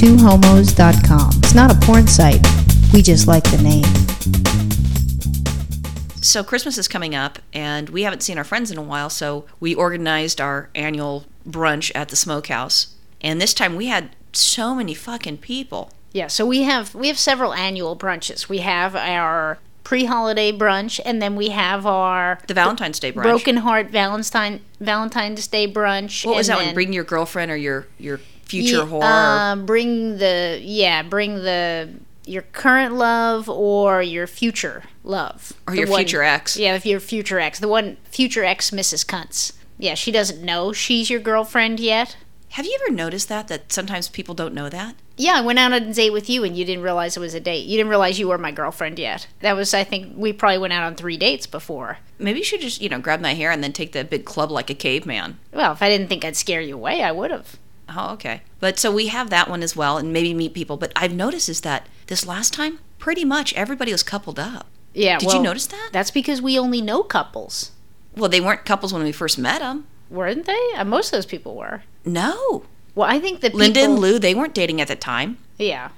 twohomos.com. It's not a porn site. We just like the name. So Christmas is coming up, and we haven't seen our friends in a while. So we organized our annual brunch at the smokehouse, and this time we had so many fucking people. Yeah, so we have we have several annual brunches. We have our pre-holiday brunch, and then we have our The Valentine's Day brunch. broken heart Valentine Valentine's Day brunch. what was and that one? then- Bring your girlfriend or your your Ye- future whore. uh, bring the yeah, bring the your current love or your future love Or The your one- future ex. Yeah, if your future ex, the one future ex, Mrs. Cunts. Yeah, she doesn't know she's your girlfriend yet. Have you ever noticed that that sometimes people don't know that? Yeah, I went out on a date with you and you didn't realize it was a date. You didn't realize you were my girlfriend yet. That was, I think, we probably went out on three dates before. Maybe you should just you know grab my hair and then take the big club like a caveman. Well, if I didn't think I'd scare you away, I would have. Oh, okay. But so we have that one as well, and maybe meet people. But I've noticed is that this last time, pretty much everybody was coupled up. Yeah, Did well, you notice that? That's because we only know couples, Well, they weren't couples when we first met them. weren't they? Uh, most of those people were. No, Well, I think that Linda people, and Lou, they weren't dating at the time. Yeah,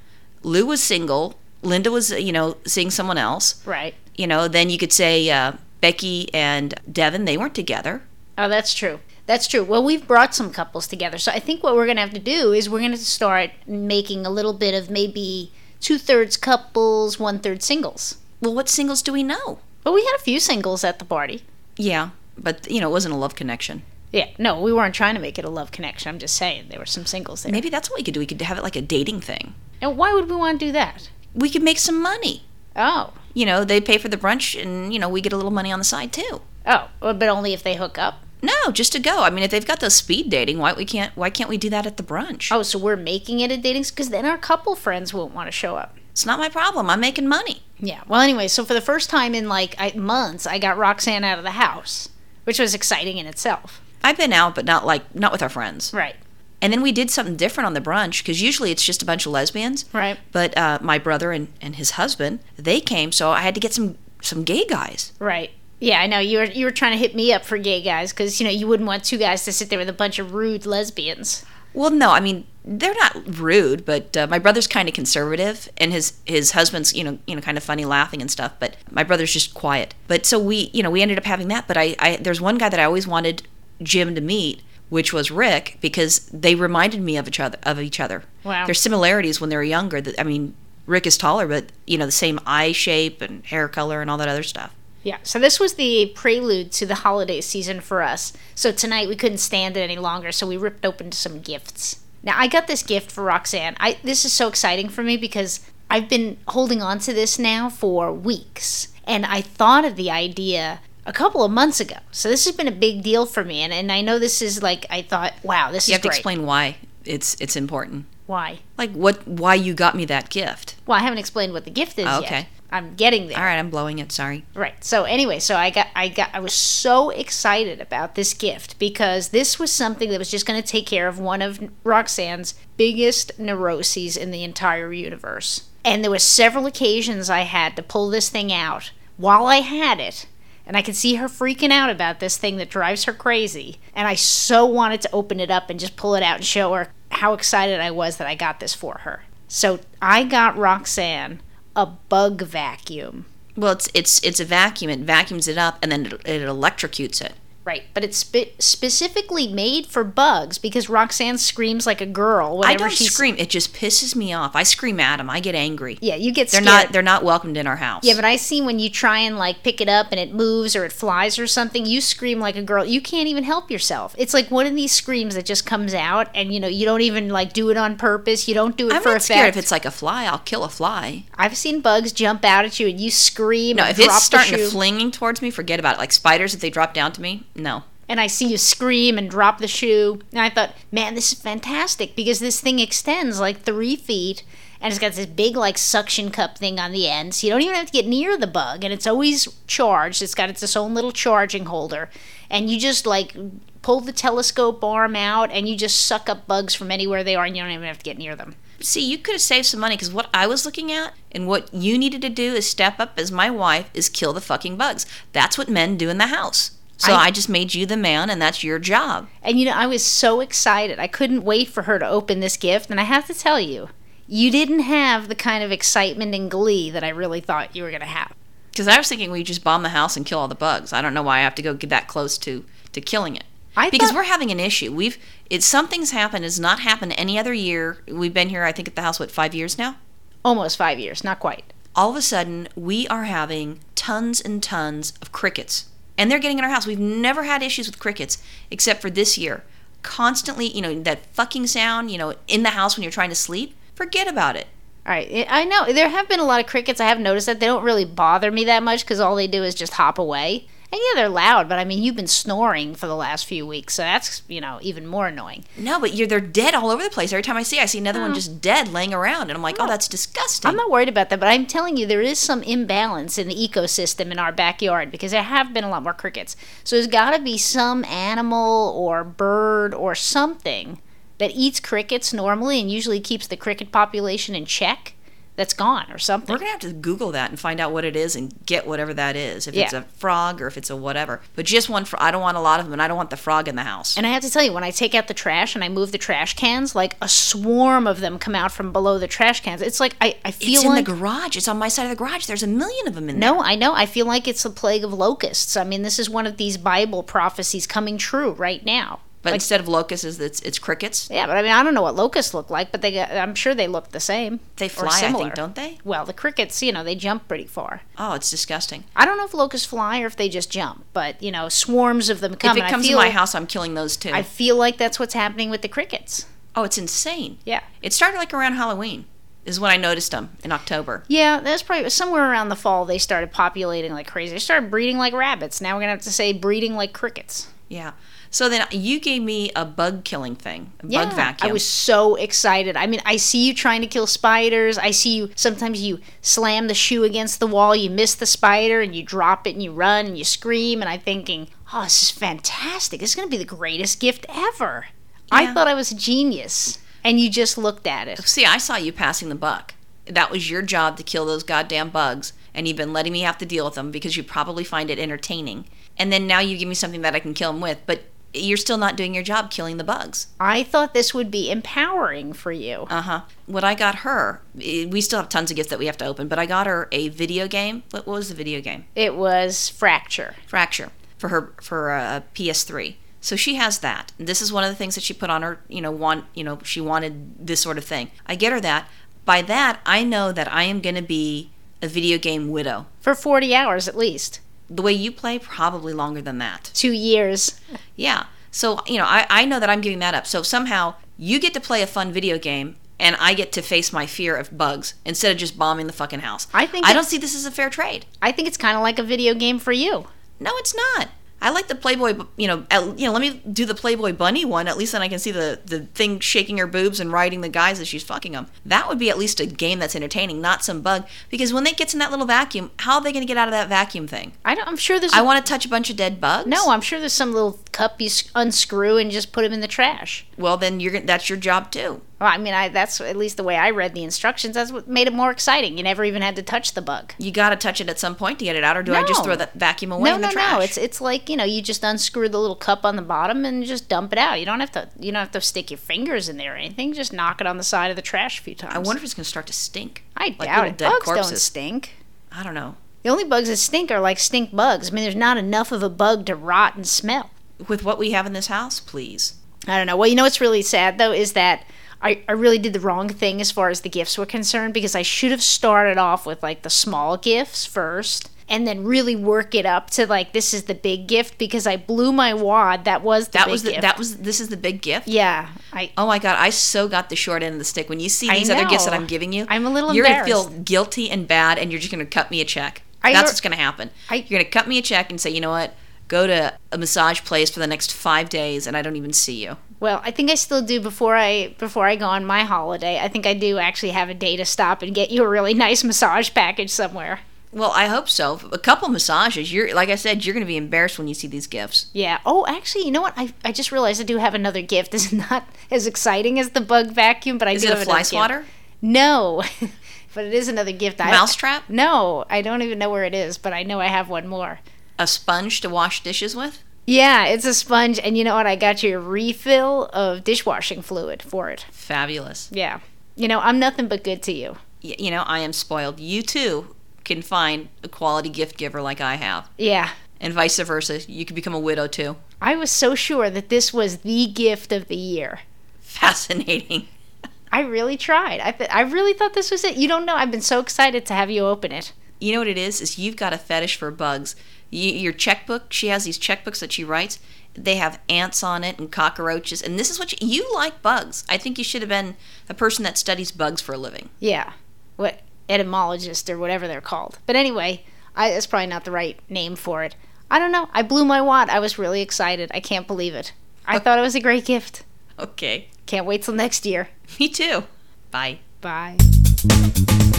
Lou was single. Linda was, you know, seeing someone else. right. You know, then you could say uh, Becky and Devin, they weren't together. Oh, that's true. That's true. Well, we've brought some couples together. So I think what we're going to have to do is we're going to start making a little bit of maybe two thirds couples, one third singles. Well, what singles do we know? But we had a few singles at the party. Yeah, but you know, it wasn't a love connection. Yeah, no, we weren't trying to make it a love connection. I'm just saying there were some singles there. Maybe that's what we could do. We could have it like a dating thing. And why would we want to do that? We could make some money. Oh, You know, they pay for the brunch, and you know, we get a little money on the side too. oh, well, but only if they hook up. No, just to go. I mean, if they've got those speed dating, why we can't? Why can't we do that at the brunch? Oh, so we're making it a dating because then our couple friends won't want to show up. It's not my problem. I'm making money. Yeah. Well, anyway, so for the first time in like I, months, I got Roxanne out of the house, which was exciting in itself. I've been out, but not like not with our friends. Right. And then we did something different on the brunch because usually it's just a bunch of lesbians. Right. But uh, my brother and, and his husband they came, so I had to get some some gay guys. Right. Yeah, I know you were you were trying to hit me up for gay guys because you know you wouldn't want two guys to sit there with a bunch of rude lesbians. Well, no, I mean they're not rude, but uh, my brother's kind of conservative, and his his husband's you know you know kind of funny laughing and stuff. But my brother's just quiet. But so we you know we ended up having that. But I, I there's one guy that I always wanted Jim to meet, which was Rick, because they reminded me of each other of each other. Wow. There's similarities when they were younger. That I mean, Rick is taller, but you know the same eye shape and hair color and all that other stuff. Yeah. So this was the prelude to the holiday season for us. So tonight we couldn't stand it any longer, so we ripped open some gifts. Now I got this gift for Roxanne. I this is so exciting for me because I've been holding on to this now for weeks. And I thought of the idea a couple of months ago. So this has been a big deal for me and, and I know this is like I thought, wow, this You is have to great. explain why it's it's important. Why? Like what why you got me that gift. Well, I haven't explained what the gift is Oh, yet. okay. I'm getting there. All right, I'm blowing it. Sorry. Right. So anyway, so I got I got I was so excited about this gift because this was something that was just going to take care of one of Roxanne's biggest neuroses in the entire universe. And there were several occasions I had to pull this thing out while I had it. And I could see her freaking out about this thing that drives her crazy. And I so wanted to open it up and just pull it out and show her how excited I was that I got this for her. So I got Roxanne a bug vacuum. Well, it's it's it's a vacuum. It vacuums it up, and then it, it electrocutes it. Right, but it's spe- specifically made for bugs because Roxanne screams like a I girl whenever don't she's scream. It just pisses me off. I scream at them. I get angry. Yeah, you get they're scared. not they're not welcomed in our house. yeah, but I see when you try and like pick it up and it moves or it flies or something, you scream like a girl. You can't even help yourself. It's like one of these screams that just comes out, and you know you don't even like do it on purpose. You don't do it I'm for not effect. scared. If it's like a fly, I'll kill a fly. I've seen bugs jump out at you and you scream. No, and if drop it's the starting to shoe. flinging towards me, forget about it. Like spiders, if they drop down to me, no. and I see you scream and drop the shoe. And I thought, man, this is fantastic because this thing extends like three feet and it's got this big like suction cup thing on the end. So you don't even have to get near the bug and it's always charged. It's got its own little charging holder. And you just like pull the telescope arm out and you just suck up bugs from anywhere they are and you don't even have to get near them. See, you could have saved some money because what I was looking at and what you needed to do is step up as my wife is kill the fucking bugs. That's what men do in the house. So I, just made you the man, and that's your job. And you know, I was so excited. I couldn't wait for her to open this gift. And I have to tell you, you didn't have the kind of excitement and glee that I really thought you were going to have. Because I was thinking we just bomb the house and kill all the bugs. I don't know why I have to go get that close to to killing it. I because thought- we're having an issue. We've it's something's happened. It's not happened any other year. We've been here, I think, at the house what five years now. Almost five years, not quite. all of a sudden we are having tons and tons of crickets and they're getting in our house we've never had issues with crickets except for this year constantly you know that fucking sound you know in the house when you're trying to sleep forget about it All right, I- I know there have been a lot of crickets. I have noticed that they don't really bother me that much because all they do is just hop away. And yeah, they're loud, but I mean, you've been snoring for the last few weeks, so that's you know even more annoying. no but you're they're dead all over the place every time i see i see another one just dead laying around and i'm like oh that's disgusting Mm. I'm not worried about that, but I'm telling you, there is some imbalance in the ecosystem in our backyard because there have been a lot more crickets. So there's got to be some animal or bird or something that eats crickets normally and usually keeps the cricket population in check that's gone or something. we're gonna have to google that and find out what it is and get whatever that is if it's Yeah. a frog or if it's a whatever but just one fro- i don't want a lot of them and i don't want the frog in the house And I have to tell you, when I take out the trash and I move the trash cans, like a swarm of them come out from below the trash cans. It's like I, I feel it's in like the garage it's on my side of the garage there's a million of them in there no, I know. I feel like it's the plague of locusts. I mean, this is one of these Bible prophecies coming true right now. But instead of locusts, it's, it's it's crickets. Yeah, but I mean, I don't know what locusts look like, but they got- I'm sure they look the same. They or fly, I similar. think, don't they? Well, the crickets, you know, they jump pretty far. Oh, it's disgusting. I don't know if locusts fly or if they just jump, but you know, swarms of them come. if it and comes I to feel, my house, I'm killing those too. I feel like that's what's happening with the crickets. oh, it's insane. Yeah. It started like around Halloween, is when I noticed them in October. Yeah, that's probably somewhere around the fall they started populating like crazy. They started breeding like rabbits. Now we're gonna have to say breeding like crickets. Yeah. So then you gave me a bug killing thing, a Yeah, bug vacuum. I was so excited. I mean, I see you trying to kill spiders. I see you sometimes you slam the shoe against the wall, you miss the spider, and you drop it and you run and you scream. And I'm thinking, oh, this is fantastic. This is gonna be the greatest gift ever. I Yeah. thought I was a genius. And you just looked at it. See, I saw you passing the buck. That was your job to kill those goddamn bugs, and you've been letting me have to deal with them because you probably find it entertaining. And then now you give me something that I can kill them with, but you're still not doing your job killing the bugs. I thought this would be empowering for you. Uh huh. What I got her, eh, we still have tons of gifts that we have to open, but I got her a video game. What what was the video game? It was fracture. Fracture for her for a PS3. So she has that. And this is one of the things that she put on her. You know, want you know she wanted this sort of thing. I get her that. By that, I know that I am going to be a video game widow. for 40 hours at least. The way you play, probably longer than that. Two years. Yeah. So you know, I I know that I'm giving that up. So somehow you get to play a fun video game. And I get to face my fear of bugs instead of just bombing the fucking house. I think I it- don't see this as a fair trade. I think it's kind of like a video game for you. No, it's not. I like the Playboy, bu- you know, at, you know. Let me do the Playboy bunny one. At least then I can see the the thing shaking her boobs and riding the guys as she's fucking them. That would be at least a game that's entertaining, not some bug. Because when they gets in that little vacuum, how are they going to get out of that vacuum thing? I don't, I'm sure there's. I want to touch a bunch of dead bugs. no, I'm sure there's some little cup you s- unscrew and just put them in the trash. Well, then you're gonna- that's your job too. Well, I mean, I, that's at least the way I read the instructions. That's what made it more exciting. You never even had to touch the bug. You got to touch it at some point to get it out, or do I just No. throw that vacuum away No, in the no, trash? no. It's it's like you know, you just unscrew the little cup on the bottom and just dump it out. You don't have to. You don't have to stick your fingers in there or anything. Just knock it on the side of the trash a few times. I wonder if it's going to start to stink. I like doubt little it. dead Bugs don't corpses. stink. I don't know. The only bugs that stink are like stink bugs. I mean, there's not enough of a bug to rot and smell. With what we have in this house, please. I don't know. Well, you know what's really sad though is that I, I really did the wrong thing as far as the gifts were concerned because I should have started off with like the small gifts first and then really work it up to like this is the big gift because I blew my wad. That was the That big was the, gift. that was this is the big gift. yeah. I Oh my god, I so got the short end of the stick. When you see I these other gifts that know. I'm giving you, I'm a little You're gonna feel guilty and bad, and you're just gonna cut me a check. I That's lear- what's gonna happen. I- you're gonna cut me a check and say, you know what? Go to a massage place for the next five days, and I don't even see you. well, I think I still do before I before I go on my holiday. I think I do actually have a day to stop and get you a really nice massage package somewhere. Well, I hope so. A couple massages. You're like I said, you're gonna be embarrassed when you see these gifts. Yeah. Oh, actually, you know what? I, I just realized I do have another gift. It's not as exciting as the bug vacuum, but I Is do it a have another fly gift. swatter? No, but it is another gift. I- Mousetrap? No, I don't even know where it is, but I know I have one more. A sponge to wash dishes with? Yeah, it's a sponge, and you know what? I got you a refill of dishwashing fluid for it. Fabulous. Yeah. You know, I'm nothing but good to you. Y- you know, I am spoiled. You too can find a quality gift giver like I have, Yeah. and vice versa. You can become a widow too. I was so sure that this was the gift of the year. Fascinating. I really tried. I, th- I really thought this was it. You don't know. I've been so excited to have you open it. You know what it is? Is you've got a fetish for bugs. Y- your checkbook. She has these checkbooks that she writes. They have ants on it and cockroaches, and this is what you, you like bugs. I think you should have been a person that studies bugs for a living. Yeah. What etymologist or whatever they're called. But anyway, I, that's probably not the right name for it. I don't know. I blew my wad. I was really excited. I can't believe it. I thought it was a great gift. Okay. Can't wait till next year. Me too. Bye. Bye.